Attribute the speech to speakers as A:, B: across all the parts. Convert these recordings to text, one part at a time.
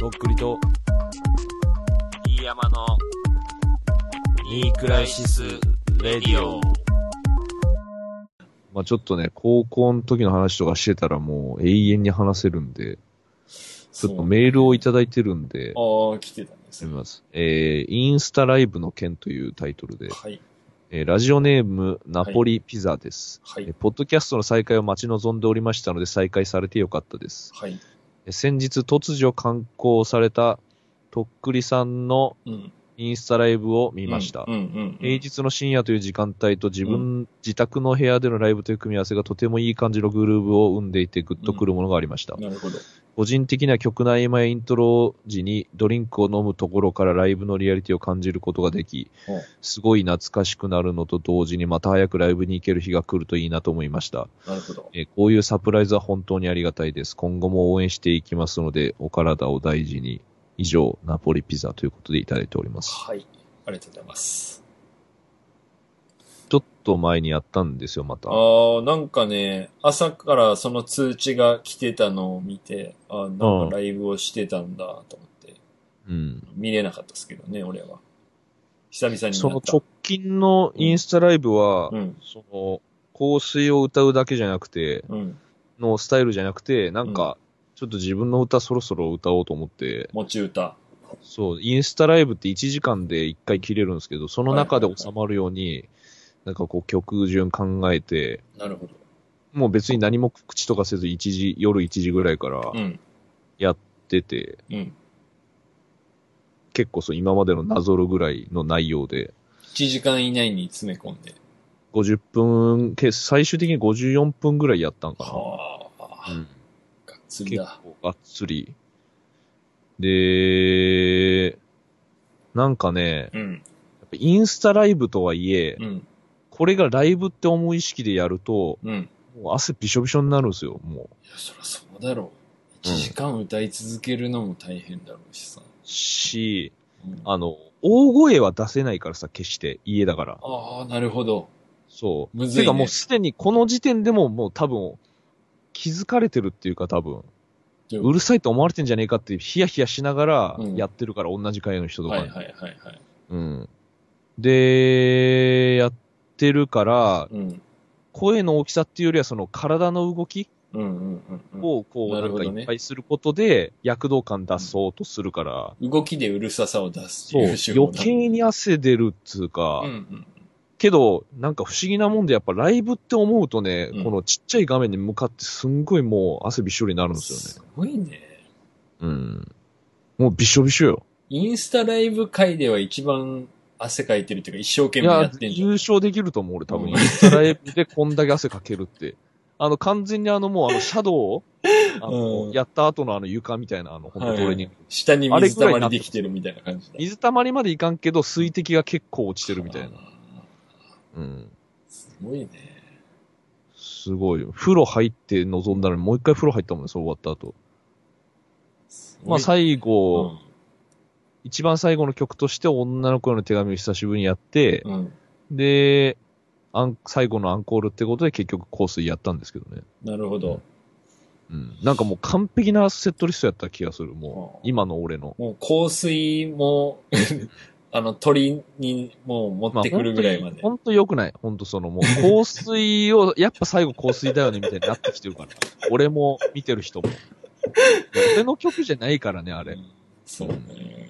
A: とっくりと、
B: 飯山の、
A: ニークライシス・レディオ。まあちょっとね、高校の時の話とかしてたらもう永遠に話せるんで、ちょっとメールをいただいてるんで、
C: ああ、来てたんです
A: 読
C: ね。
A: みます。えー、インスタライブの件というタイトルで、
C: はい。
A: えーラジオネームナポリピザです、
C: は
A: えー
C: い。
A: ポッドキャストの再開を待ち望んでおりましたので再開されてよかったです。
C: はい。
A: えー先日突如刊行されたとっくりさんの
C: うん。
A: インスタライブを見
C: い
A: ました。
C: うんうん。
A: 平日の深夜という時間帯と自分自宅の部屋でのライブという組み合わせがとてもいい感じのグルーブを生んでいてグッとくるものがありました。
C: なるほど。
A: 個人的には曲の合間やイントロ時にドリンクを飲むところからライブのリアリティを感じることができ
C: うん、
A: すごい懐かしくなるのと同時にまた早くライブに行ける日が来るといいなと思いました。
C: なるほど。
A: えーこういうサプライズは本当にありがたいです。今後も応援していきますので、お体を大事に。以上、ナポリピザということでいただいております。
C: はい。ありがとうございます。
A: ちょっと前にやったんですよ、また。
C: ああ、なんかね、朝からその通知が来てたのを見て、ああ、なんかライブをしてたんだと思って、
A: うん。
C: 見れなかったですけどね、俺は。久々になった。
A: その直近のインスタライブは、
C: うん、
A: その、香水を歌うだけじゃなくて、
C: うん。
A: のスタイルじゃなくて、なんか、ちょっと自分の歌そろそろ歌おうと思って、
C: 持ち歌。
A: そう、インスタライブって1時間で1回切れるんですけど、その中で収まるように、なんかこう曲順考えて、
C: なるほど。
A: もう別に何も口とかせず1時、夜1時ぐらいから
C: うん、
A: やってて、
C: うん。
A: 結構そう今までのなぞるぐらいの内容で、
C: 1時間以内に詰め込んで。
A: 50分、け最終的に54分ぐらいやったんか
C: はあ、
A: な。うん
C: がっつり
A: 結
C: だ。
A: 構がっつり。で、なんかね、
C: うん、
A: やっぱインスタライブとはいえ、
C: うん、
A: これがライブって思う意識でやると、
C: うん。い
A: もう汗びしょびしょになるんですよ、もう。
C: や、そりゃそうだろう。1時間歌い続けるのも大変だろうしさ。
A: し、
C: うん、あ
A: あの、大声は出せないからさ、決して、家だから。
C: あー、なるほど。
A: そう。
C: むずいね
A: てかもうすでにこの時点でももう多分、気づかれてるっていうか多分、
C: で
A: うるさいと思われてんじゃねえかってヒヤヒヤしながら
C: うん
A: やってるから、同じ会の人とか
C: は
A: に。
C: いはいはいはい。
A: うん。で、やってるから、
C: うん、
A: 声の大きさっていうよりはその体の動き
C: うん、うん、うん。
A: をこうな
C: なる
A: ん
C: ほ
A: か
C: どね
A: いっぱいすることで躍動感出そうとするから、
C: 動きでうるささを出すっていう手
A: そう、
C: 法
A: 余計に汗出るっつうか、
C: うんうん。
A: けど、なんか不思議なもんでやっぱライブって思うとね、
C: うん
A: このちっちゃい画面に向かってすんごいもう汗びっしょりになるんです
C: すごいね。
A: よね。うん。もうびしょびしょよ。
C: インスタライブ界では一番汗かいてるっていうか、一生懸
A: い
C: 命や
A: や
C: っ、てんじゃ
A: 優
C: ん。
A: 勝できると思う、俺多
C: う
A: 分。
C: ん
A: インスタライブでこんだけ汗かけるって。あの、完全にあのもう、あの、シャドウを、あの、
C: うん
A: やった後のあの床みたいな、あの、本当トレーニング。
C: 下に水溜まりできてるみたいな感じだ。
A: 水たまりまでいかんけど、水滴が結構落ちてるみたいな。
C: あ
A: うん。
C: ー。すごいね。
A: すごいよ。風呂入って臨んだのに、もう一回風呂入ったもんね、そう終わった後。
C: すごい
A: まあ、最後、
C: うん
A: 一番最後の曲として、女の子への手紙を久しぶりにやって、
C: うん。
A: で、アン最後のアンコールってことで結局香水やったんですけどね。
C: なるほど。
A: うん。なんかもう完璧なセットリストやった気がする、もう。
C: うん
A: 今の俺の。
C: もう香水も、 あの、鳥にもう持ってくるぐらいまで。
A: 本当良くない。本当そのもう、香水を、やっぱ最後香水だよね、みたいになってきてるから。俺も、見てる人も。俺の曲じゃないからね、あ
C: う
A: れ。
C: んそうね。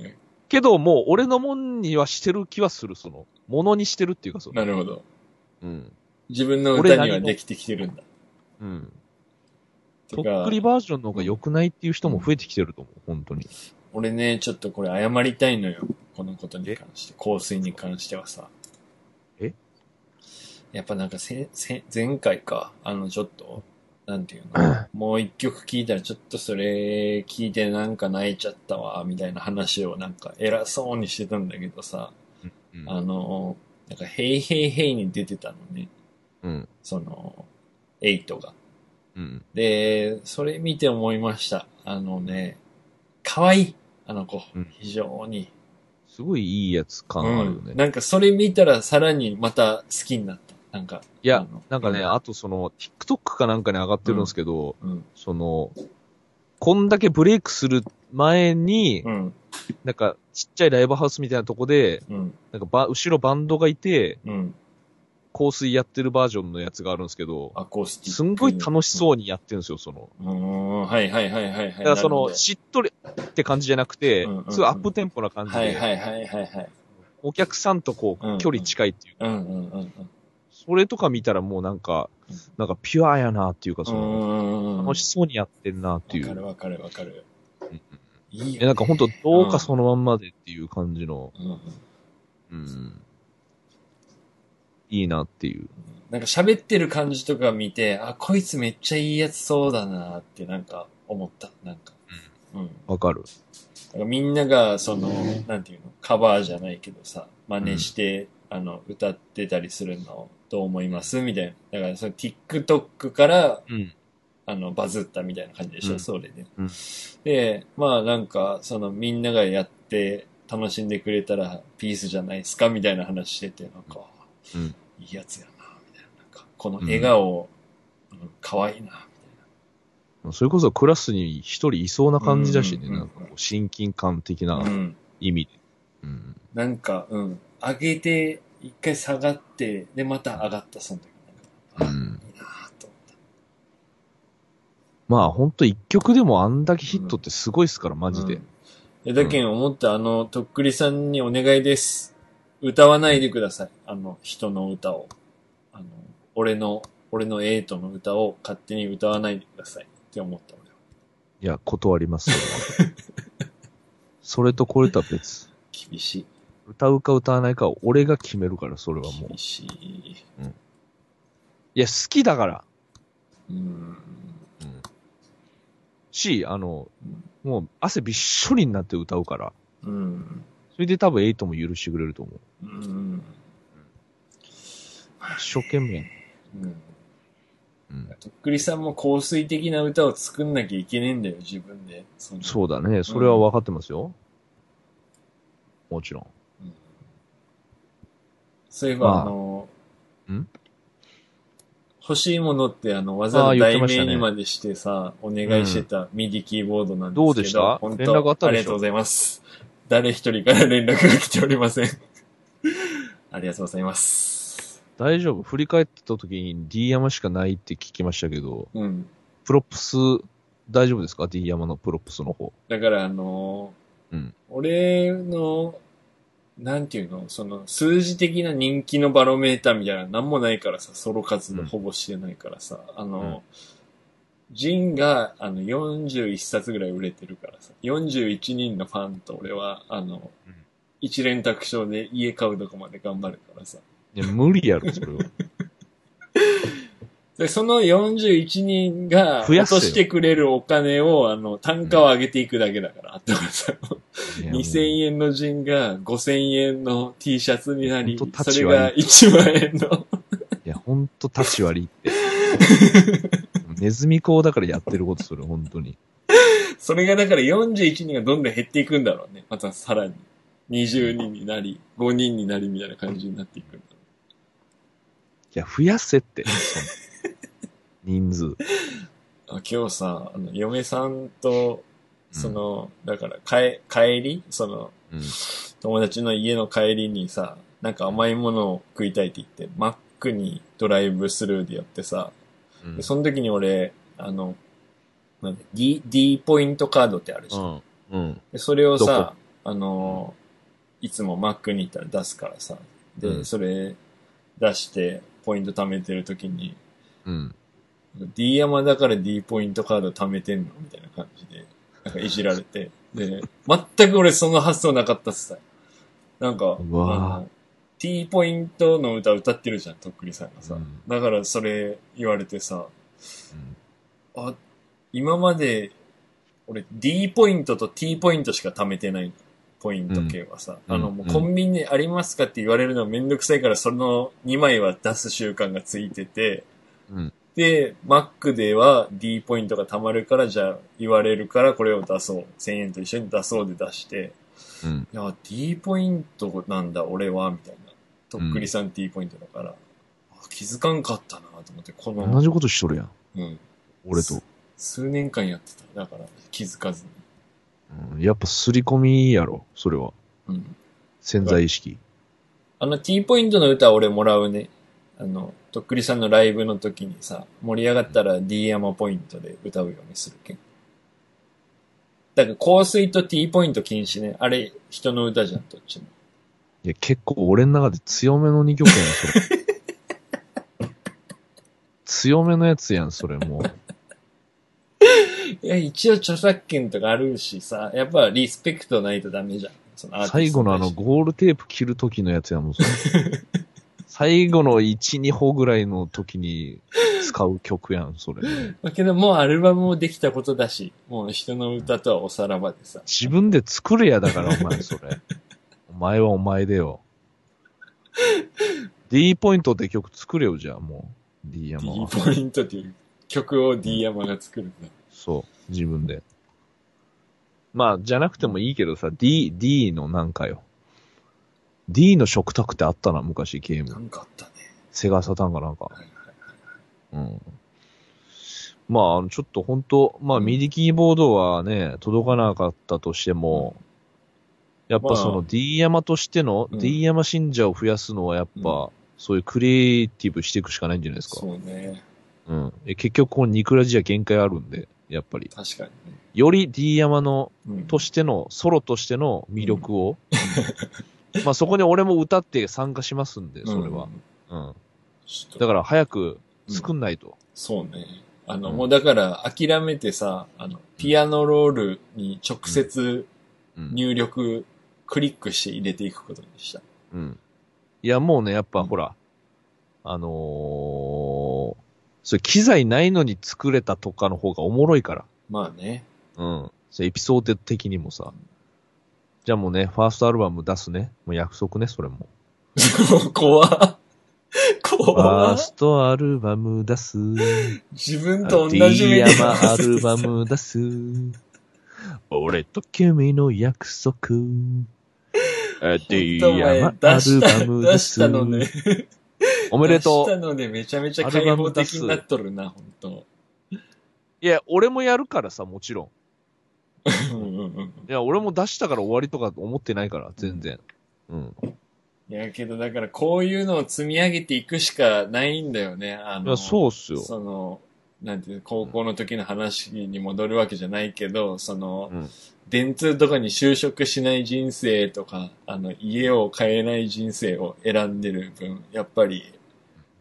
A: けどもう、俺のもんにはしてる気はする、その。ものにしてるっていうか、その。
C: なるほど。
A: うん。
C: 自分の歌にはできてきてるんだ。
A: うん。
C: て
A: と
C: か
A: っくりバージョンの方が良くないっていう人も増えてきてると思う、本当に。
C: 俺ね、ちょっとこれ謝りたいのよ。このことに関して。香水に関してはさ。
A: え
C: やっぱなんかせ、せ、前回か。あの、ちょっと、なんていうの。もう一曲聴いたらちょっとそれ聴いてなんか泣いちゃったわ、みたいな話をなんか偉そうにしてたんだけどさ。
A: うん
C: あの、なんか、ヘイヘイヘイに出てたのね。
A: うん。
C: その、エイトが。
A: うん。
C: で、それ見て思いました。あのね、可愛いあの子
A: うん。
C: 非常に。
A: すごいいいやつ感あるよね。
C: うん。なんかそれ見たらさらにまた好きになった。なんか。
A: いや
C: あの
A: なんかね、あとその、TikTok かなんかに上がってるんですけど、
C: うん。
A: その、こんだけブレイクする前に、
C: うん、
A: なんか、ちっちゃいライブハウスみたいなとこで、
C: うん、
A: なんかば、後ろバンドがいて、
C: うん。
A: 香水やってるバージョンのやつがあるんですけど、
C: アコースティック。
A: すんごい楽しそうにやってるんですよ、その。
C: うーん、はいはいはいはいはい。
A: だからそ
C: なるほ
A: の、
C: ど
A: しっとりって感じじゃなくて
C: うんうんう、ん
A: すごいアップテンポな感じ
C: はい
A: で、
C: はいはいはいはい。
A: お客さんとこ
C: うんう
A: う、
C: ん
A: 距離近いっていう。
C: うんうんうんうん。
A: それとか見たらもうなんか、なんかピュアやなっていうか、その、
C: うん
A: 楽しそうにやってるなってい
C: わかる
A: う。
C: わかるわかる
A: うん。
C: いいよ、
A: え、
C: ね。
A: なんかほんと、どうかそのまんまでっていう感じの、
C: うんうん、
A: うん。いいなっていう。
C: なんか喋ってる感じとか見て、あ、こいつめっちゃいいやつそうだなってなんか思った。なんか。うん。
A: わかる。
C: だからみんなが、その、なんていうの、カバーじゃないけどさ、真似して、あの、歌ってたりするの、どう思いますみたいな。だから、その TikTok から、
A: うん。
C: あの、バズったみたいな感じでしょ、
A: うん
C: それで、
A: うん
C: で、まあなんか、その、みんながやって、楽しんでくれたら、ピースじゃないですかみたいな話してて、なんか、
A: うん
C: いいやつやな、みたいな。なんか、この笑顔、うん、可愛いな、
A: それこそクラスに一人いそうな感じだしね、
C: うんうん
A: な
C: う
A: ん
C: ん
A: かこう親近感的
C: みたいな。う。
A: なん意味で。うん。
C: なんか、うん。上げて、一回下がって、で、また上がった、その時。
A: う
C: なんか
A: ん
C: あ、いいなぁと思った。
A: まあほんと一曲でもあんだけヒットってすごいっすから、マジ
C: う
A: で
C: ん。。え、だけん思った、あの、とっくりさんにお願いです。歌わないでください。あの、人の歌を。あの、俺の、俺のエイトの歌を勝手に歌わないでください。って思った、俺は。
A: いや、断ります。それとこれとは別。
C: 厳しい。
A: 歌うか歌わないかは俺が決めるから、それはもう。
C: 厳しい。
A: いや、好きだから。
C: うん。
A: し、あの、もう汗びっしょりになって歌うから。
C: うん。
A: それで多分エイトも許してくれると思う。
C: うん。
A: 一生懸命。
C: うん。
A: うん。
C: とっくりさんも香水的な歌を作んなきゃいけねえんだよ、自分で。その
A: そうだね。それは分かってますよ。もちろん。
C: うんそういえば、
A: まあ
C: あの、
A: ん
C: 欲しいものって、あの、わ
A: あ
C: ざ
A: あ
C: わざ
A: 言って
C: 題
A: ましたね
C: 名にまでしてさ、お願いしてたミディキーボードなんですけど、
A: どうでした
C: 本
A: 連絡あっ
C: 当
A: たでしょ
C: ありがとうございます。 誰一人から連絡が来ておりません。 ありがとうございます。
A: 大丈夫。振り返ってた時に D 山しかないって聞きましたけど、
C: うん。
A: プロップス、大丈夫ですか ?D 山のプロップスの方。
C: だから、あのー
A: うん
C: 俺の、なんていうの、その、数字的な人気のバロメーターみたいな、なんもないからさ、ソロ活動ほぼしてないからさ、あの、ジンが、あの、41冊ぐらい売れてるからさ、41人のファンと俺は、あの、
A: うん
C: 一連卓勝で家買うとこまで頑張るからさ。
A: いや、無理や ろ、それは。
C: で、その41人が
A: 増や
C: 落
A: せよ
C: としてくれるお金を、あの、単価を上げていくだけだから、だからさ、
A: いやもう
C: 2000円のジンが5000円の T シャツになり、
A: ほんと立
C: そ
A: ち
C: れ
A: 悪
C: が1万円の。
A: いや、ほんと、立ち悪いって。ネズミ講だからやってること、それ、本当に。
C: それがだから41人がどんどん減っていくんだろうね。またさらに。20人になり、5人になりみたいな感じになっていくんだろ
A: いや、増やせって、その人数。
C: うあ今日さ、あの、嫁さんと、その、だから、かえ、帰りその、
A: うん。
C: 友達の家の帰りにさ、なんか甘いものを食いたいって言って、マックにドライブスルーでやってさ、
A: うん。
C: でその時に俺、あの、なんだ D、D ポイントカードってあるじゃん。
A: うん。うん。
C: でそれを
A: どこ
C: さ、あのーいつも Mac に行ったら出すからさ、で、
A: うん
C: それ出して、ポイント貯めてる時に、
A: うん。
C: D 山だから D ポイントカード貯めてんのみたいな感じで、なんかいじられて。で、全く俺その発想なかったっすさ。なんか、あ
A: うわぁ
C: の、T ポイントの歌歌ってるじゃん、とっくりさんがさ。
A: うん
C: だからそれ言われてさ、あ、今まで、俺 D ポイントと T ポイントしか貯めてないポイント系はさ、
A: うん
C: あの、
A: うん
C: もうコンビニありますかって言われるのめんどくさいから、その2枚は出す習慣がついてて、
A: うん
C: で、Mac では D ポイントが貯まるから、じゃあ言われるからこれを出そう。1000円と一緒に出そうで出して、
A: うん。
C: いや、D ポイントなんだ、俺は、みたいな。とっくりさん T ポイントだから、あ気づかんかったなと思って、こ
A: 同
C: の、
A: じことしとるやん。
C: うん、
A: 俺と。
C: 数年間やってた。だから、気づかずに。
A: ううんやっぱ刷り込みやろ、それは。
C: うん。
A: 潜在意識。
C: あの T ポイントの歌俺もらうね。あの、とっくりさんのライブの時にさ、盛り上がったら D 山ポイントで歌うようにするけん。だから香水と T ポイント禁止ね。あれ、人の歌じゃん、どっちも。
A: いや、結構俺の中で強めの2曲やん、それ。強めのやつやん、それもう。
C: いや、一応著作権とかあるしさ、やっぱリスペクトないとダメじゃん。そのアーティスト
A: 最後のあのゴールテープ切る時のやつやもん、それ最後の1、2歩ぐらいの時に使う曲やん、それ。
C: だけど、もうアルバムもできたことだし、もう人の歌とはおさらばでさ。
A: 自分で作れやだから、お前、 それ。お前はお前でよ。D ポイントって曲作れよ、じゃあ、もう。D 山
C: D
A: は。
C: ポイントっていう曲を D 山が作るんだ。
A: そう、自分で。まあ、じゃなくてもいいけどさ、D、D のなんかよ。D の食卓ってあったな、昔ゲーム
C: な。んかあったね。
A: セガサターンかなんか
C: はいはい。
A: うん。まああの、ちょっと本当まあ、ミディキーボードはね、届かなかったとしても、やっぱそ
C: まあ
A: の D 山としての、
C: うん
A: D 山信者を増やすのはやっぱ、
C: う
A: そういうクリエイティブしていくしかないんじゃないですか。
C: そうね。
A: うん。え結局、このニクラジア限界あるんで、やっぱり。
C: 確かにね。
A: より D 山の
C: うん。
A: としての、ソロとしての魅力を、 まあそこに俺も歌って参加しますんで、それは
C: う。ん。
A: うん。
C: ちょっと
A: だから早く作んないと。
C: そうね。あの、
A: うん
C: もうだから諦めてさ、あの、ピアノロールに直接
A: うん。
C: 入力、クリックして入れていくことにした。
A: うん。いや、もうね、やっぱ
C: うん
A: ほら、あのー、それ機材ないのに作れたとかの方がおもろいから。
C: まあね。
A: うん。それエピソード的にもさ。じゃあもうね、ファーストアルバム出すね。もう約束ね、それも。
C: 怖っ
A: ファ
C: 怖
A: ー
C: っ
A: ストアルバム出す。
C: 自分と同じ
A: D
C: メディ
A: 山
C: ア
A: アルバム出す。俺と君の約束。D
C: 本当お前
A: 山ア
C: 出
A: ル
C: した
A: バム出
C: 出
A: す。
C: したのね。
A: おめでと
C: 出
A: う
C: し。たのでめちゃめちゃ開放的になっとるな、本当
A: いや、俺もやるからさ、もちろ
C: うんうんうん。
A: ん。いや、俺も出したから終わりとか思ってないから、全然。うん。
C: いや、けどだからこういうのを積み上げていくしかないんだよね。あ
A: い
C: の、
A: や、そうっすよ。
C: その、なんていうの高校の時の話に戻るわけじゃないけど、その、
A: うん
C: 電通とかに就職しない人生とか、あの、家を買えない人生を選んでる分、やっぱり、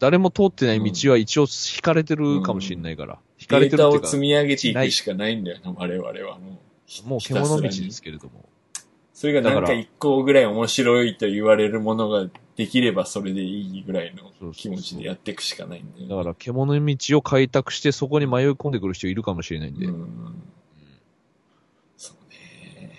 A: 誰も通ってない道は一応惹かれてるかもしれないから。惹かれ
C: デ
A: て
C: ー
A: る
C: タ
A: っていう
C: を
A: か
C: 積、み上げていくしかないんだよな、我々はもう。
A: もう
C: ひたす
A: 獣道
C: ら
A: で
C: に
A: すけれども。
C: それがな
A: だ
C: ん
A: か
C: から一個ぐらい面白いと言われるものができればそれでいいぐらい
A: そうそうそ
C: の
A: う
C: 気持ちでやっていくしかないんだよね。
A: だから、獣道を開拓して、そこに迷い込んでくる人いるかもしれないんで。
C: うん。そうね。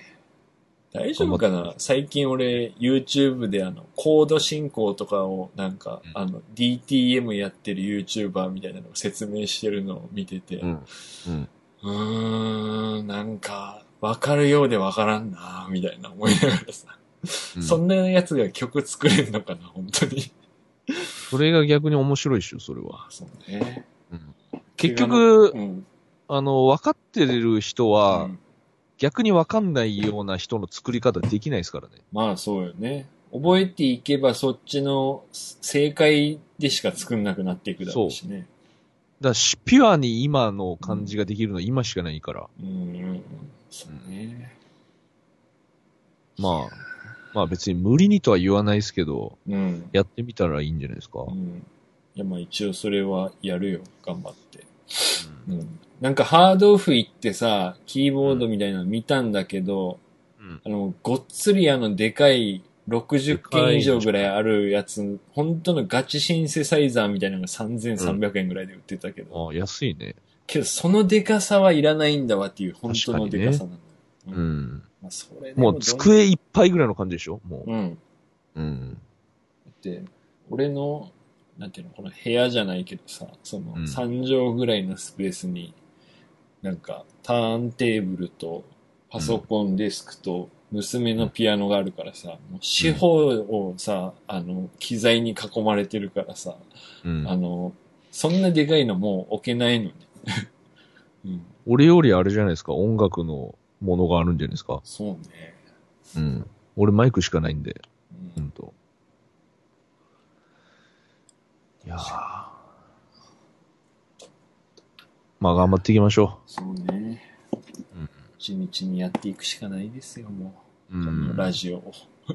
C: 大丈夫か
A: 頑張っ
C: な最近俺 YouTube であのコード進行とかをなんか、
A: うん
C: あの DTM やってる YouTuber みたいなのを説明してるのを見てて、
A: う。
C: うん
A: うん。
C: ーん、なんかわかるようでわからんなみたいな思いながらさ、
A: うん
C: そんなやつが曲作れるのかな本当に。
A: それが逆に面白いっしょ、それは。
C: そうね。
A: うん結
C: う
A: 局、
C: ん。
A: あの、分かってる人
C: う
A: は、
C: ん
A: 逆に分かんないような人の作り方できないですからね。
C: まあそうよね。覚えていけばそっちの正解でしか作んなくなっていくだろうしね。
A: だからし、ピュアに今の感じができるのは今しかないから。
C: うんうんうん。そうね。
A: まあ、まあ別に無理にとは言わないですけど、
C: うん。
A: やってみたらいいんじゃないですか。
C: うん。いやまあ一応それはやるよ。頑張って。うん。なんかハードオフ行ってさ、キーボードみたいなの見たんだけど、
A: うん。
C: あの、ごっつりあのでかい60件以上ぐらいあるやつ、本当のガチシンセサイザーみたいなのが3300円ぐらいで売ってたけど。
A: ああ、安いね。
C: けど、そのデカさはいらないんだわっていう、本当のデカさなのよ。
A: う
C: うん
A: ん。
C: まあ、それで
A: も
C: ど
A: うん机いっぱいぐらいの感じでしょも
C: うん。
A: う。うん。
C: で、俺の、なんていうの、この部屋じゃないけどさ、その
A: うん
C: 3畳ぐらいのスペースに、なんか、ターンテーブルと、パソコン、デスクと、娘のピアノがあるからさ、もう四方をさ、あの、機材に囲まれてるからさ、
A: うん
C: あの、そんなで かいのもう置けないのに。うん。
A: 俺よりあれじゃないですか、音楽のものがあるんじゃないですか。
C: そうね。
A: うん。俺マイクしかないんで、う
C: う
A: んん。と。いやーまあ頑張っていきましょ
C: そうね。
A: うん
C: 地道にやっていくしかないですよ、も
A: う。う
C: う。この
A: ん。
C: ラジオを。
A: うん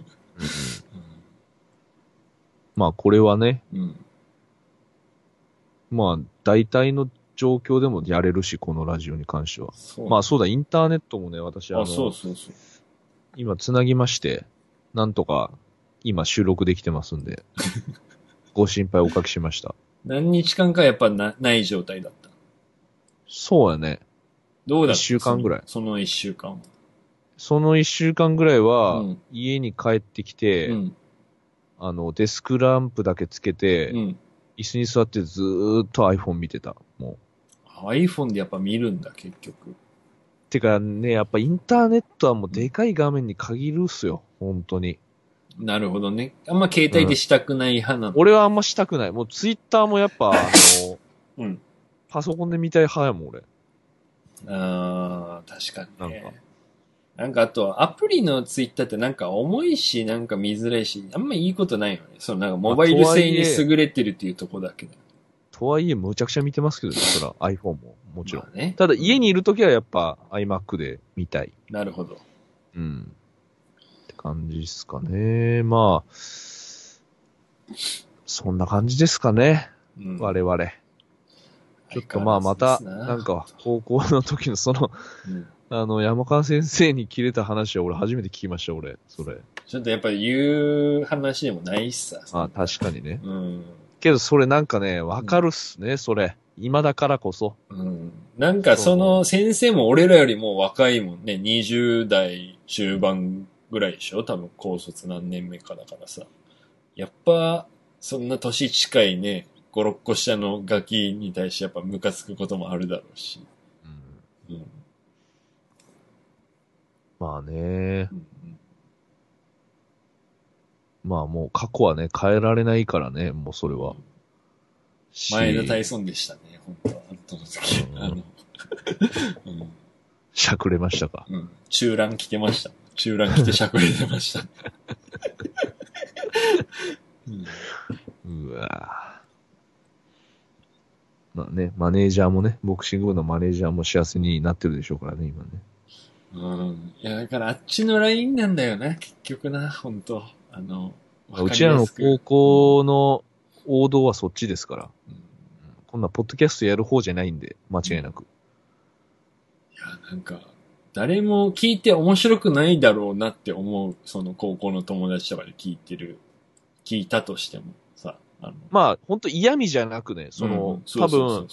A: まあこれはね、
C: うん。うん。
A: まあ大体の状況でもやれるし、このラジオに関しては。
C: そう。
A: まあそうだ、インターネットもね、私、あ
C: あ、そ
A: の
C: う、そうそう。
A: 今つなぎまして、なんとか今収録できてますん で、ご心配おかけしました。
C: 何日間かやっぱなない状態だった。
A: そうやね。
C: どうだった
A: 一週間ぐらい
C: そのその一週間。
A: その一週間ぐらいは、
C: うん
A: 家に帰ってきて、
C: うん。
A: あの、デスクランプだけつけて、
C: うん。
A: 椅子に座ってずーっと iPhone 見てた。もう。
C: iPhone でやっぱ見るんだ、結局。
A: てかね、やっぱインターネットはもうでかい画面に限るっすよ。本当に。
C: なるほどね。あんま携帯でしたくない派なの。
A: 俺はあんましたくない。もうツイッターもやっぱ、あの、
C: うん。
A: パソコンで見たい派やもん、俺。
C: ああ、確かにね。
A: なん
C: なんかあと、アプリのツイッターってなんか重いし、なんか見づらいし、あんまいいことないよね。そのなんかモバイル性に優れてるっていうとこだけど。
A: とはいえ、むちゃくちゃ見てますけど、そら iPhone も、もちろん。
C: まあね。
A: ただ、家にいるときはやっぱ iMac で見たい。
C: なるほど。
A: うん。って感じですかね。まあ、そんな感じですかね。
C: うん
A: 我々。ちょっとまあまた、なん、か、高校の時のその、
C: 相変わらずですうん
A: あの、山川先生に切れた話は俺初めて聞きました、俺。それ。
C: ちょっとやっぱり言う話でもないしさ。
A: あ確かにね。
C: うん。
A: けど、それなんかね、わかるっすね、それ。今だからこそ。
C: うん。なんかその先生も俺らよりも若いもんね。20代中盤ぐらいでしょ多分高卒何年目かだからさ。やっぱ、そんな年近いね、5、6個下のガキに対してやっぱムカつくこともあるだろうし。
A: うん
C: うん。
A: まあね
C: う。ん
A: まあもう過去はね、変えられないからね、もうそれは。し
C: 前田大孫でしたね、本当は。あの時
A: う。ん
C: あの、うん。
A: しゃくれましたか。
C: うん。中乱着てました。中乱着てしゃくれてました。うん
A: うわぁまあね、マネージャーもね、ボクシング部のマネージャーも幸せになってるでしょうからね、今ね。
C: うん。いや、だからあっちのラインなんだよな、結局な、本当あの、わ
A: う
C: か
A: ち
C: り
A: ら
C: や
A: の
C: すく
A: 高校の王道はそっちですから。
C: うんい
A: こんなポッドキャストやる方じゃないんで、間違いなく。
C: や、なんか、誰も聞いて面白くないだろうなって思う、その高校の友達とかで聞いてる、聞いたとしてもさ、あの、
A: まあ、本当嫌味じゃなくね、その、
C: うん
A: 多分、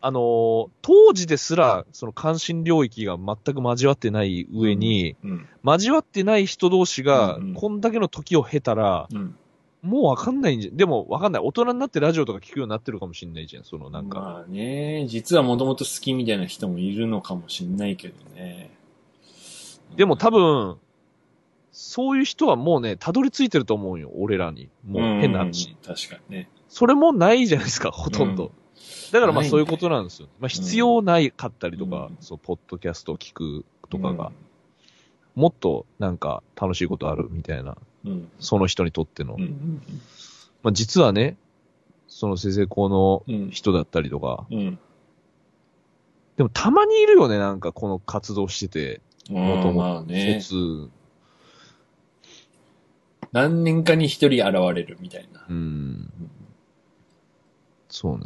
A: あのー当時ですら、その関心領域が全く交わってない上に、、
C: そうそうそううん、
A: 交わってない人同士が
C: うんうん、
A: こんだけの時を経たら、
C: うん。
A: もうわかんないんじゃ、でもわかんない。大人になってラジオとか聞くようになってるかもしんないじゃん、そのなんか。
C: まあね、実はもともと好きみたいな人もいるのかもしんないけどね。
A: でも多分、そういう人はもうね、たどり着いてると思うよ、俺らに。もう変な話。
C: うん。確かにね。
A: それもないじゃないですか、ほとん
C: うん
A: ど。だからまあ
C: ないね
A: そういうことなんですよ。まあ必要ないかったりとか、
C: うん
A: そう、ポッドキャストを聞くとかが、もっとなんか楽しいことあるみたいな、
C: うん。うん。
A: その人にとっての。
C: うん。
A: まあ実はね、その先生校の
C: うん。
A: 人だったりとか、
C: うん。
A: でもたまにいるよね、なんかこの活動してて、
C: も
A: 元
C: まあ
A: 々
C: ね。
A: 卒、
C: 何年かに一人現れるみたいな。
A: うん。そうね。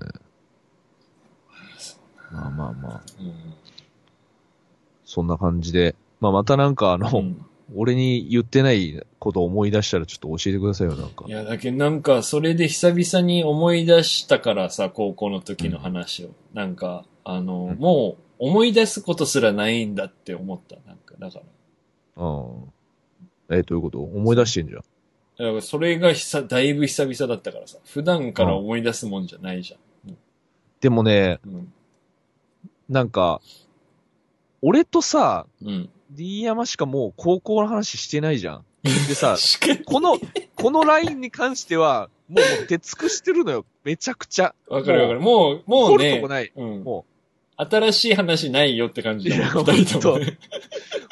A: まあまあまあ、
C: うん。
A: そんな感じで。まあまたなんかあの、俺に言ってないことを思い出したらちょっと教えてくださいよ、なんか
C: い。や、だけどなんか、それで久々に思い出したからさ、高校の時の話を。なんか、あの、
A: うん
C: もう思い出すことすらないんだって思った。なんか、だから。
A: うん。え、どういうこと思い出してんじゃん。
C: だからそれが久、だいぶ久々だったからさ、普段から思い出すもんじゃないじ
A: でもね、
C: ゃん。うん。
A: なんか、俺とさ、
C: うん。
A: D 山しかもう高校の話してないじゃん。で さ、
C: 確かに。
A: この、このラインに関しては、もうもう出尽くしてるのよ。めちゃくちゃ。
C: わかるわかる。もう、もう
A: 怒ると
C: ね
A: こ、ない。
C: うん。
A: も
C: 新しい話ないよって感じだもん、
A: いや
C: 二人ともね。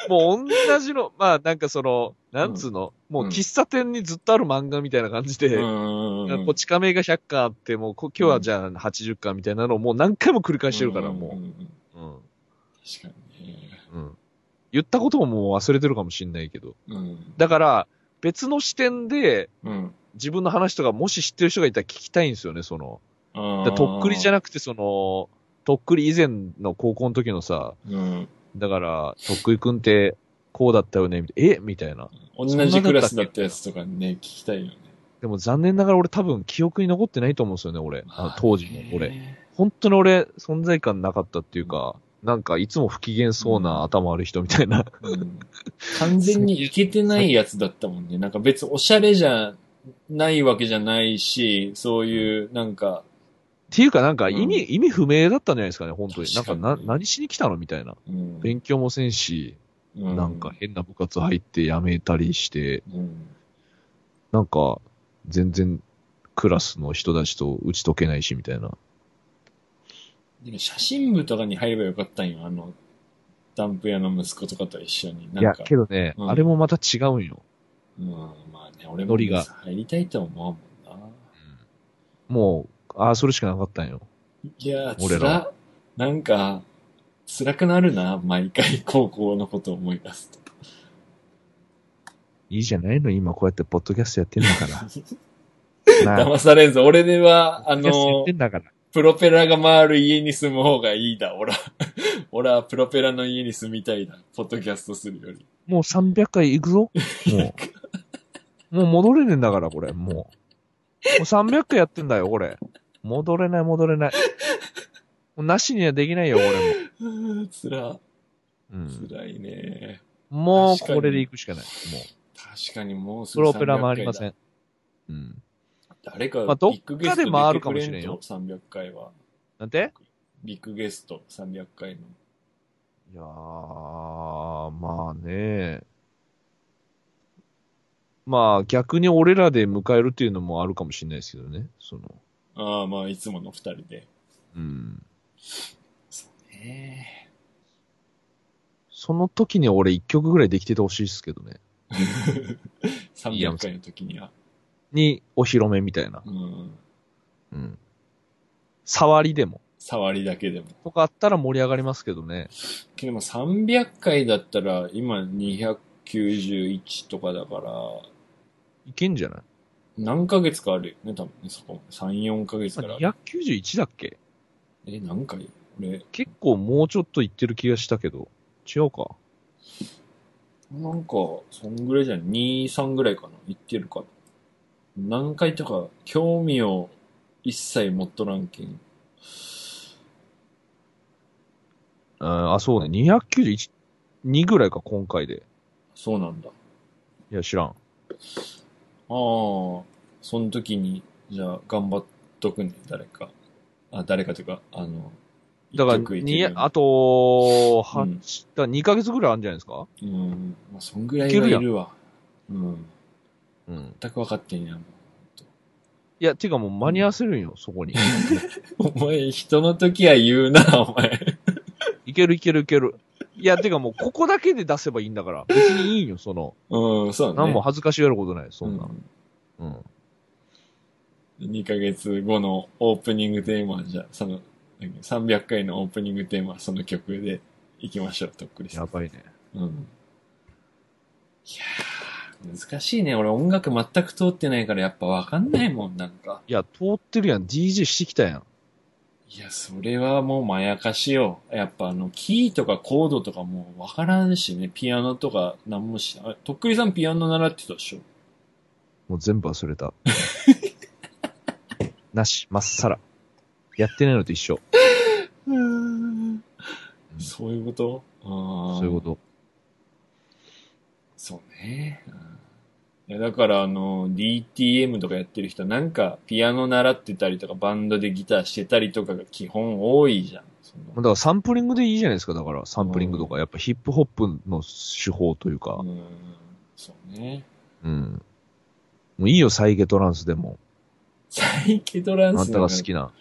A: もう同じの、まあなんかその、なんつうの、もう喫茶店にずっとある漫画みたいな感 じで、
C: うん
A: こっち亀が100巻あって、もうこ今日はじゃあ80巻みたいなのをもう何回も繰り返してるから、も
C: んんん
A: う。うん。
C: 確かにね。
A: うん。言ったことももう忘れてるかもしんないけど。
C: うん。
A: だから、別の視点で
C: うん。
A: 自分の話とかもし知ってる人がいたら聞きたいんですよね、その。だからとっくりじゃ
C: な
A: なくて、その、とっくり以前の高校の時のさ、
C: うん。
A: だから、とっくりくんってこうだったよね、みたいなえみたいな。
C: 同じクラスだったやつとかね、聞きたいよね。
A: でも残念ながら俺多分記憶に残ってないと思うんですよね、俺。あの当時の俺。
C: ね。
A: 本当に俺、存在感なかったっていうか、なんかいつも不機嫌そうな頭悪い人みたいな。
C: うん完全にイケてないやつだったもんね。なんか別におしゃれじゃないわけじゃないし、そういう、なんか、
A: っていうかなんか意味、
C: う
A: 意味不明だったんじゃないですかね、本当に。なん
C: 確か
A: か
C: に
A: な、何しに来たのみたいな。
C: うん
A: 勉強もせんし、なんか、変な部活入って辞めたりして、
C: うん
A: なんか、全然クラスの人たちと打ち解けないし、みたいな。
C: でも写真部とかに入ればよかったんよ。あの、ダンプ屋の息子とかと一緒に。
A: い
C: な
A: や、
C: んか、
A: けどね、
C: うん
A: あれもまた違うんよ。
C: うん、まあね、俺も
A: ノリが
C: 入りたいとは思うもんな。
A: もう、ああ、それしかなかったんよ。
C: いやー、
A: 俺
C: つ
A: ら
C: ら、なんか、辛くなるな、毎回 高校のことを思い出すと。
A: いいじゃないの今こうやってポッドキャストやってんだから。なあ
C: 騙されんぞ。俺では、あ
A: ポッドキャストやっ
C: の
A: て、んだから。
C: プロペラが回る家に住む方がいいだ、俺は。 俺はプロペラの家に住みたいだ、ポッドキャストするより。
A: もう300回行くぞ。もう。もう戻れねえんだから、これ。もう。もう300回やってんだよ、これ。戻れない、戻れない。もうなしにはできないよ、俺も。
C: うー辛、
A: うん。
C: 辛いね。
A: もう、
C: 確かに
A: これで行くしかない。もう。
C: 確かにもうす
A: プ
C: ぐ
A: ロペラ回りませ
C: ん。
A: ん。うん。
C: 誰か、
A: まあどっ
C: ビッグ
A: かで回るかもしれんよ
C: ゲスト出てくれんと300回は。
A: なんて
C: ビッグゲスト300回の。
A: いやー、まあね。まあ、逆に俺らで迎えるっていうのもあるかもしれないですけどね。その、
C: ああ、まあ、いつもの二人で。
A: うん。
C: え
A: その時に俺一曲ぐらいできててほしいですけどね。
C: え300回の時には。
A: にお披露目みたいな。
C: うん。
A: うん。触りでも。
C: 触りだけでも。
A: とかあったら盛り上がりますけどね。
C: でも300回だったら、今291とかだから、
A: いけんじゃない
C: 何ヶ月かあるよね、多分ね、そこ。3、4ヶ月からある。
A: 今 ?291 だっけ
C: え、何回俺、
A: 結構もうちょっといってる気がしたけど。違うか。
C: なんか、そんぐらいじゃん。2、3ぐらいかな。行ってるかな。何回とか、興味を一切持っとらんけん。
A: うん、あ、そうね。291、2ぐらいか、今回で。
C: そうなんだ。
A: いや、知らん。
C: ああ、その時に、じゃあ、頑張っとくね、誰か。あ、誰かというか、あの、
A: だから、
C: 一曲いける
A: に
C: ように
A: あと、は
C: うん
A: だ2ヶ月ぐらいあるんじゃないですか
C: うん、まあ、そんぐら
A: い
C: い
A: け
C: は
A: る
C: い
A: やん
C: るわ。うん。
A: うん。
C: 全く分かってんやん。
A: いや、てかもう間に合わせるんよ、そこに。
C: お前、人の時は言うな、 お前。
A: いけるいけるいける。いや、てかもうここだけで出せばいいんだから。別にいいよ、その。
C: うん、そうだね。
A: 何も恥ずかしがることない、そんな。うん。
C: 2ヶ月後のオープニングテーマじゃ、その、300回のオープニングテーマはその曲で行きましょう、とっくりさ
A: や
C: ん。
A: ばいね。
C: うん。いやー、難しいね。俺音楽全く通ってないからやっぱわかんないもん、なんか。
A: いや、通ってるやん。DJ してきたやん。
C: いや、それはもうまやかしよ。やっぱあの、キーとかコードとかもうわからんしね、ピアノとかなんもし、あとっくりさんピアノ習ってたでしょ
A: もう全部忘れた。 なし、まっさら。やってないのと一緒。
C: うん。そういうことそ
A: そういうこと。
C: そうね。うんいやだから、あの、DTM とかやってる人、なんか、ピアノ習ってたりとか、バンドでギターしてたりとかが基本多いじゃん。そ
A: だからサンプリングでいいじゃないですか。だからサンプリングとか、やっぱヒップホップの手法というか
C: の。うん、そうね。
A: うん。もういいよ、サイゲトランスでも。
C: サイケトラ
A: あ
C: ン
A: ん
C: ス
A: たが好きな。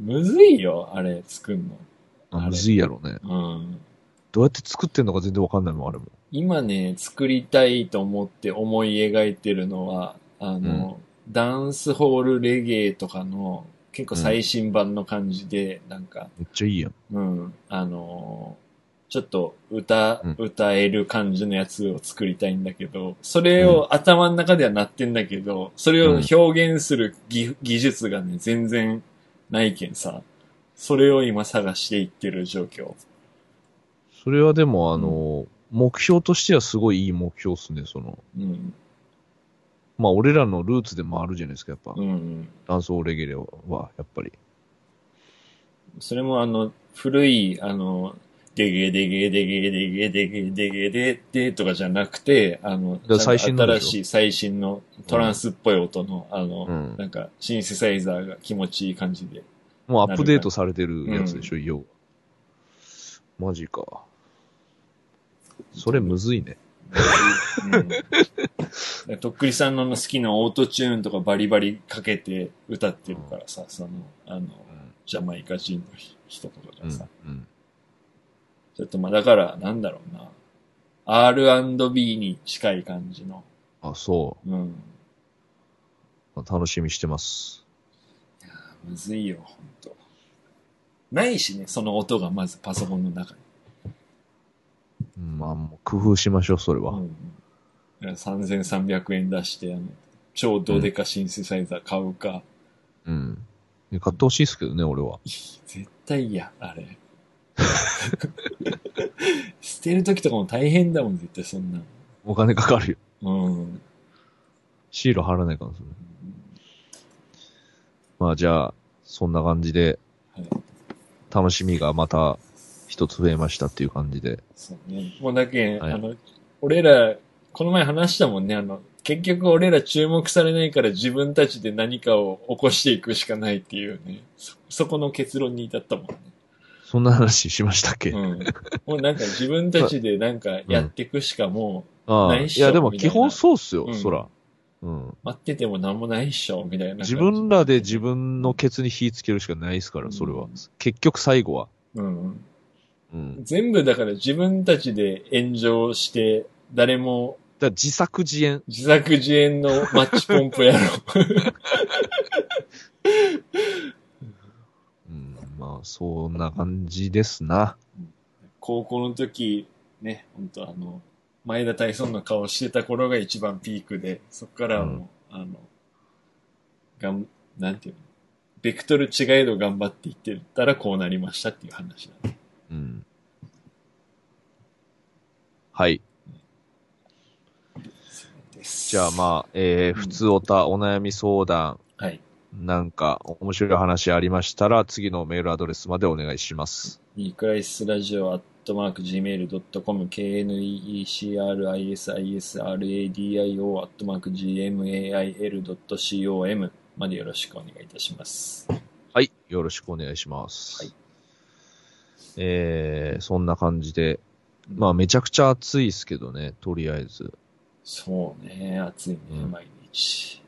C: むずいよ、あれ、作んの。
A: あ
C: あれ
A: むずいやろね。
C: うん。
A: どうやって作ってんのか全然わかんないもん、あれも。
C: 今ね、作りたいと思って思い描いてるのは、あの、ダンスホールレゲエとかの結構最新版の感じで、なんか、
A: めっちゃいいやん。
C: うん、あのーちょっと歌、
A: うん
C: 歌える感じのやつを作りたいんだけど、それを頭の中ではなってんだけど、それを表現する技,、技術がね、全然ないけんさ、それを今探していってる状況。
A: それはでも、あの、目標としてはすごいいい目標っすね、その。
C: うん、
A: まあ、俺らのルーツでもあるじゃないですか、やっぱ。
C: うん。
A: ダンスオーレゲレは、やっぱり。
C: それもあの、古い、あの、デゲデゲデゲデゲデゲデゲデデとかじゃなくて、あの、
A: だから最
C: ちゃ
A: 新
C: ん
A: の
C: と
A: で
C: 新
A: しょ
C: しい最新のトランスっぽい音の、あの、
A: うん。
C: なんか、シンセサイザーが気持ちいい感じで。
A: もうアップデートされてるやつでしょ、要は。マジか。それむずいね。
C: うん、とっくりさんの好きなオートチューンとかバリバリかけて歌ってるからさ、その、あの、ジャマイカ人の人とか
A: う
C: が
A: ん。
C: さ、
A: うん。
C: ちょっとまあだから、なんだろうな、R&B に近い感じの、
A: あ、そ
C: うん。
A: う。楽しみしてます。
C: いやーむずいよ、ほんと。ないしね、その音がまずパソコンの中に。
A: うん、まあ、もう工夫しましょう、それは。
C: うん、3300円出して、あの、超どでかシンセサイザー買うか、
A: うん。で買ってほしいですけどね、俺は。
C: 絶対嫌、あれ。 捨てるときとかも大変だもん、絶対そんな。
A: お金かかるよ。
C: うん。
A: シール貼らないからそれ。まあ、じゃあ、そんな感じで
C: はい、
A: 楽しみがまた一つ増えましたっていう感じで。
C: そうね。もうだけん、
A: はい
C: あの、俺ら、この前話したもんね、あの、結局俺ら注目されないから自分たちで何かを起こしていくしかないっていうね。そ、そこの結論に至ったもんね。
A: そんな話しましたっけ、あ
C: うん。もうなんか自分たちでなんかやっていくしかも
A: あ
C: ないっ
A: い
C: しょ
A: や、でも基本そうっすよ、
C: うん
A: そら。うん
C: う、。待っててもなんもないっしょ、みたいな感じ。
A: 自分らで自分のケツに火つけるしかないですか
C: う
A: ら、
C: ん
A: それは。結局最後は。
C: うん。
A: うん。
C: 全部だから自分たちで炎上して、誰も
A: だから自作自演。
C: 自作自演のマッチポンプやろ
A: うん、まあ、そんな感じですな。
C: う。 高校の時、ね、本当あの、前田大尊の顔してた頃が一番ピークで、そこからはもう、あの、がん、なんていうの、ベクトル違えど頑張っていってたらこうなりましたっていう話だ。
A: うん。はい。じゃあ
C: あ。
A: まあ、えー、
C: うん
A: 普通おたお悩み相談、
C: はい。
A: なんか面白い話ありましたら、次のメールアドレスまでお願いします。
C: リクライスラジオアットマーク Gmail.com KNEECRISISRADIO アットマーク GMAIL.com までよろしくお願いいたします。
A: はい。よろしくお願いします。
C: はい
A: えー、そんな感じで、まあ、めちゃくちゃ暑いですけどね、とりあえず。
C: そうね、暑いね、
A: うん
C: 毎日。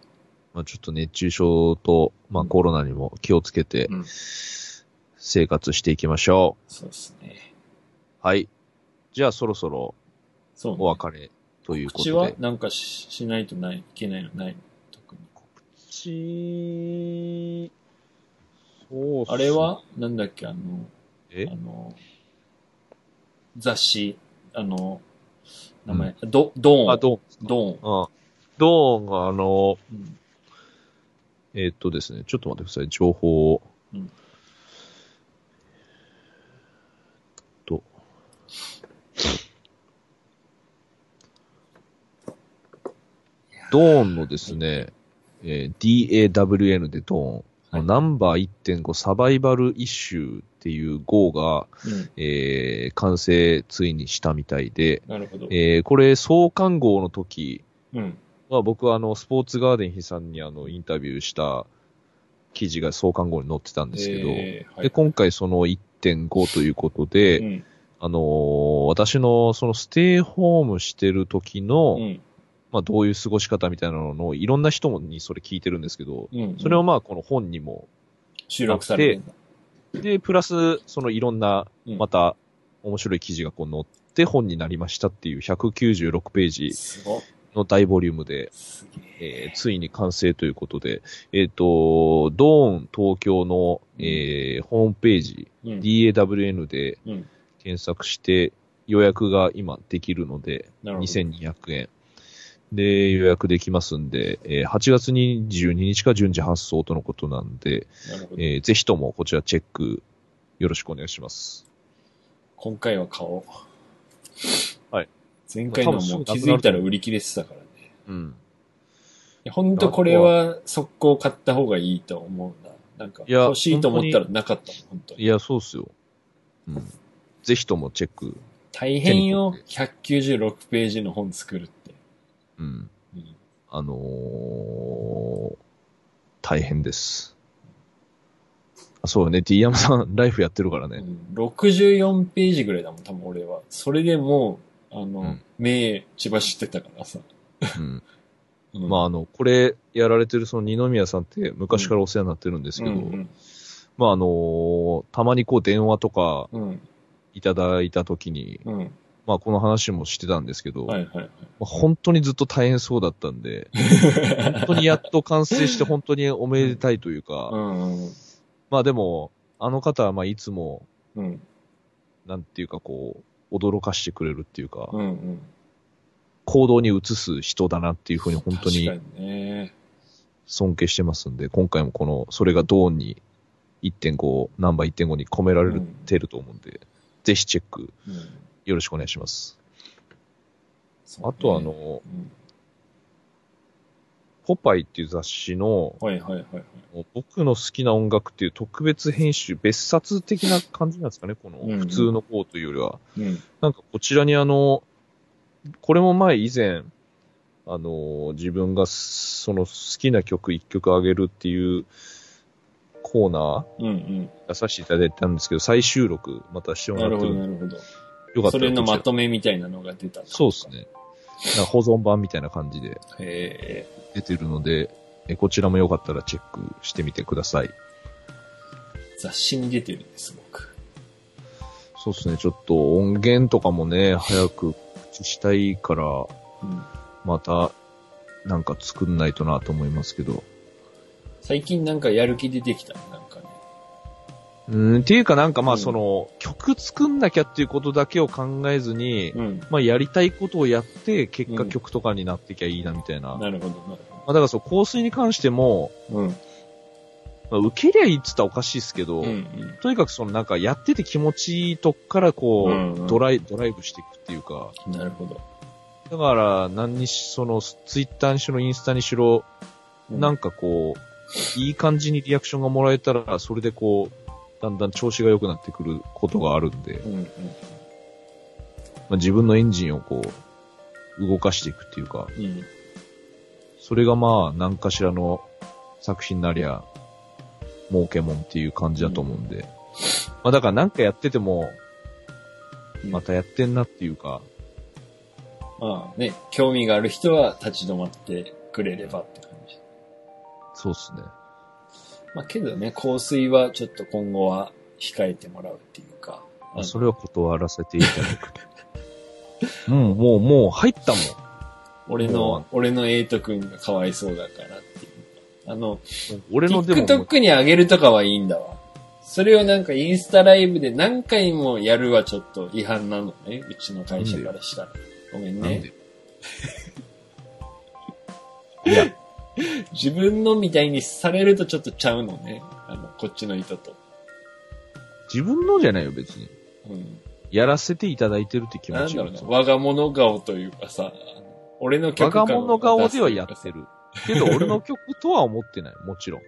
A: まあ、ちょっと熱中症と、まあ、コロナにも気をつけて
C: うん、
A: 生活していきましょ
C: そうですね。
A: う。はい。じゃあ、そろそろ
C: そう
A: お
C: ね。
A: 別れということ
C: 口
A: で。
C: はなんかししないとない、いけないのない特に。
A: ちそう
C: あれは、なんだっけ、あの、
A: え
C: あの、雑誌、あの、名前、ド、ドーン。
A: あ、ドーン。
C: ドーン。
A: あドーンが、あの、
C: うん
A: えーっとですね、ちょっと待ってください、情報を。
C: うん
A: と。ドーンのですね、えー DAWN でドーン、
C: はい
A: ナンバー1.5サバイバルイシューっていう号が、
C: うん
A: えー完成ついにしたみたいで、
C: なるほど。
A: えーこれ創刊号の時、
C: うん。
A: まあ、僕はあのスポーツガーデン飛さんにあのインタビューした記事が創刊号に載ってたんですけど、
C: えーはい
A: で今回その1.5ということで、
C: うん
A: あのー私のそのステイホームしてる時の、
C: うん
A: まあ、どういう過ごし方みたいなのをいろんな人にそれ聞いてるんですけど、
C: うん、
A: それをまあこの本にも、
C: 収録されてんだ
A: で、プラスそのいろんな
C: うん
A: また面白い記事がこう載っ手本になりましたっていう196ページ
C: すごっ
A: の大ボリュームで、
C: すげ
A: えー
C: え
A: ついに完成ということで、えっ、と、ドーン東京の、えーホームページ、
C: うん
A: DAWN で
C: うん
A: 検索して予約が今できるので、
C: なるほど
A: 2200円。で、予約できますんで、えー8月22日から順次発送とのことなんで、
C: なるほど。
A: えーぜひともこちらチェックよろしくお願いします。
C: 今回は買おう。
A: はい。
C: 前回のもう気づいたら売り切れてたからね。
A: うん。
C: いやほんとこれは速攻買った方がいいと思うな。なんか
A: いや
C: 欲しいと思ったらなかったもん、本当
A: い
C: に。
A: や、そうっすよ。 うん。ぜひともチェック。
C: 大変よ、196ページの本作るって。
A: うん。
C: うん
A: あのー、大変です。あそうね、D 山さん、ライフやってるからね。
C: うん64ページぐらいだもん、多分俺は。それでもう、あの、
A: うん
C: 目、血走ってたからさ。
A: うん。
C: うん
A: まあ、あの、これやられてるその二宮さんって昔からお世話になってるんですけど、
C: うん
A: まあ、あのーたまにこう電話とか
C: うん、うん、
A: いただいたときに、
C: うん。
A: まあ、この話もしてたんですけど、
C: はいはいはい。
A: まあ本当にずっと大変そうだったん で、本当にやっと完成して本当におめでたいというか、
C: うん、うん、
A: まあでも、あの方はまあいつも、
C: うん、
A: なんていうかこう、驚かしてくれるっていうか、
C: うん、うん。
A: 行動に移す人だなっていうふうに本当に
C: 確かにね。
A: 尊敬してますんで、今回もこの、それがドーンに1.5、ナンバー1.5に込められ
C: うん
A: てると思うんで、ぜひチェック
C: うん
A: よろしくお願いします。
C: そうね
A: あとあ、の、
C: うん
A: ポパイっていう雑誌の、
C: はいはいはいはい。
A: 僕の好きな音楽っていう特別編集、別冊的な感じなんですかね、この
C: うん
A: 普通の方というよりは。
C: うん、
A: なんかこちらにあの、これも前以前、あの、自分がすその好きな曲一曲あげるっていうコーナ
C: うん、うん。
A: ー出させていただいたんですけど、再収録またしても
C: な
A: ら
C: る
A: っ
C: ほ
A: て
C: ど、
A: る
C: なるほ
A: よ
C: ど。
A: かった
C: そ
A: ら
C: れのま
A: こちら
C: とめみたいなのが出たと
A: そうです。ね。なんか保存版みたいな感じで
C: へえ。
A: 出てるので、えこちらもよかったらチェックしてみてください。
C: 雑誌に出てるね、すごく。
A: そうですね、ちょっと音源とかもね、早く口したいから、
C: うん、
A: またなんか作んないとなと思いますけど。
C: 最近なんかやる気出てきたね、なんかね。
A: うん、っていうかなんかま
C: う
A: あ
C: ん
A: その、曲作んなきゃっていうことだけを考えずに、
C: うん。
A: まあやりたいことをやって、結
C: う
A: 果
C: ん
A: 曲とかになってきゃいいなみたいな。ま
C: なるほど、なる
A: あだからそう、香水に関しても、
C: ほど。うん。
A: まあ、受けりゃいいって言ったらおかしいですけど、
C: うん、うん。
A: とにかくそのなんかやってて気持ちいいとこからこう、
C: うんうん
A: ドライ、ドライブしていくっていうか、
C: なるほど。
A: だから何にし、そのツイッターにしろインスタにしろ、なんかこう、いい感じにリアクションがもらえたら、それでこう、だんだん調子が良くなってくることがあるんで、
C: うん、うん。
A: まあ、自分のエンジンをこう、動かしていくっていうか、
C: うん。
A: それがまあ、何かしらの作品なりゃ、儲けもんっていう感じだと思うんで。まあだから何かやってても、
C: うん
A: またやってんなっていうか、
C: まあね、興味がある人は立ち止まってくれればって感じ。
A: そうっすね。
C: まあけどね、香水はちょっと今後は控えてもらうっていうか。
A: まあそれは断らせていただく。う ん、もう、もう入ったもん。
C: 俺
A: も
C: の
A: う、
C: 俺のエイト君がかわいそうだからっていう。あの、
A: 俺のでも、
C: TikTok に上げるとかはいいんだわ。それをなんかインスタライブで何回もやるはちょっと違反なのね。うちの会社からしたら。ごめん
A: なん
C: ね。
A: で。いや、
C: 自分のみたいにされるとちょっとちゃうのね。あの、こっちの意図と。
A: 自分のじゃないよ、別に。
C: うん。
A: やらせていただいてるって気
C: な
A: 持
C: ん
A: ち
C: だ
A: よ
C: ろうね。我が物顔というかさ、あの俺の
A: 我
C: 曲
A: が
C: 感
A: 物顔ではやって
C: る。
A: る。けど、俺の曲とは思ってない。もちろん。
C: う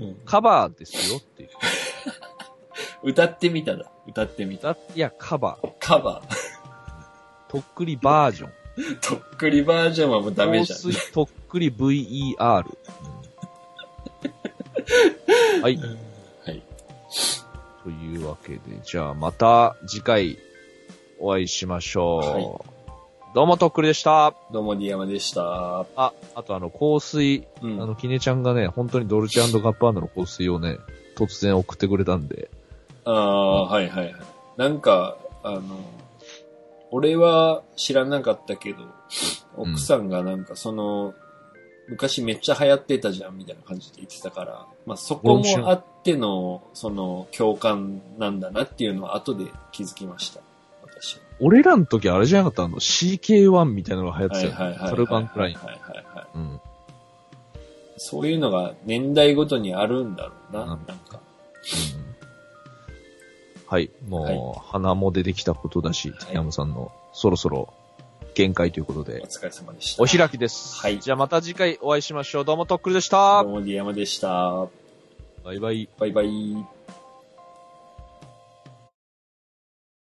C: ん
A: カバーですよっていう。
C: 歌ってみたら。歌ってみた。
A: だいや、カバー。
C: カバー。
A: とっくりバージョン。
C: とっくりバー ジョンはもうダメじゃん
A: 香。水とっくり VER。うんはい。
C: はい。
A: というわけで、じゃあまた次回お会いしましょう。どうもとっくりでした。
C: どうも、ディアマでした。
A: あ、あとあの、香水。
C: う
A: あ
C: ん。
A: の、キネちゃんがね、本当にドルチェガッパーナの香水をね、突然送ってくれたんで。
C: ああ、はいはいはい。なんか、あの、俺は知らなかったけど、奥さんがなんかその、昔めっちゃ流行ってたじゃんみたいな感じで言ってたから、まあそこもあっての、その共感なんだなっていうのは後で気づきました。私は。
A: 俺らの時あれじゃなかったあの CK1 みたいなのが流行ってたよ。
C: はいはいはいはいはいはい
A: サルバンクライン。
C: はいはいはい。
A: うん。
C: そういうのが年代ごとにあるんだろうな。
A: うん
C: なんか。
A: はい。もう、
C: はい
A: 鼻も出てきたことだし、
C: はい
A: 竹山さんのそろそろ限界ということで
C: お、疲れ様でした。
A: お開きです。
C: はい
A: じゃあまた次回お会いしましょう。どうもとっくりでした
C: ど。うも、ディアマでした。
A: バイバイ。
C: バイバイ。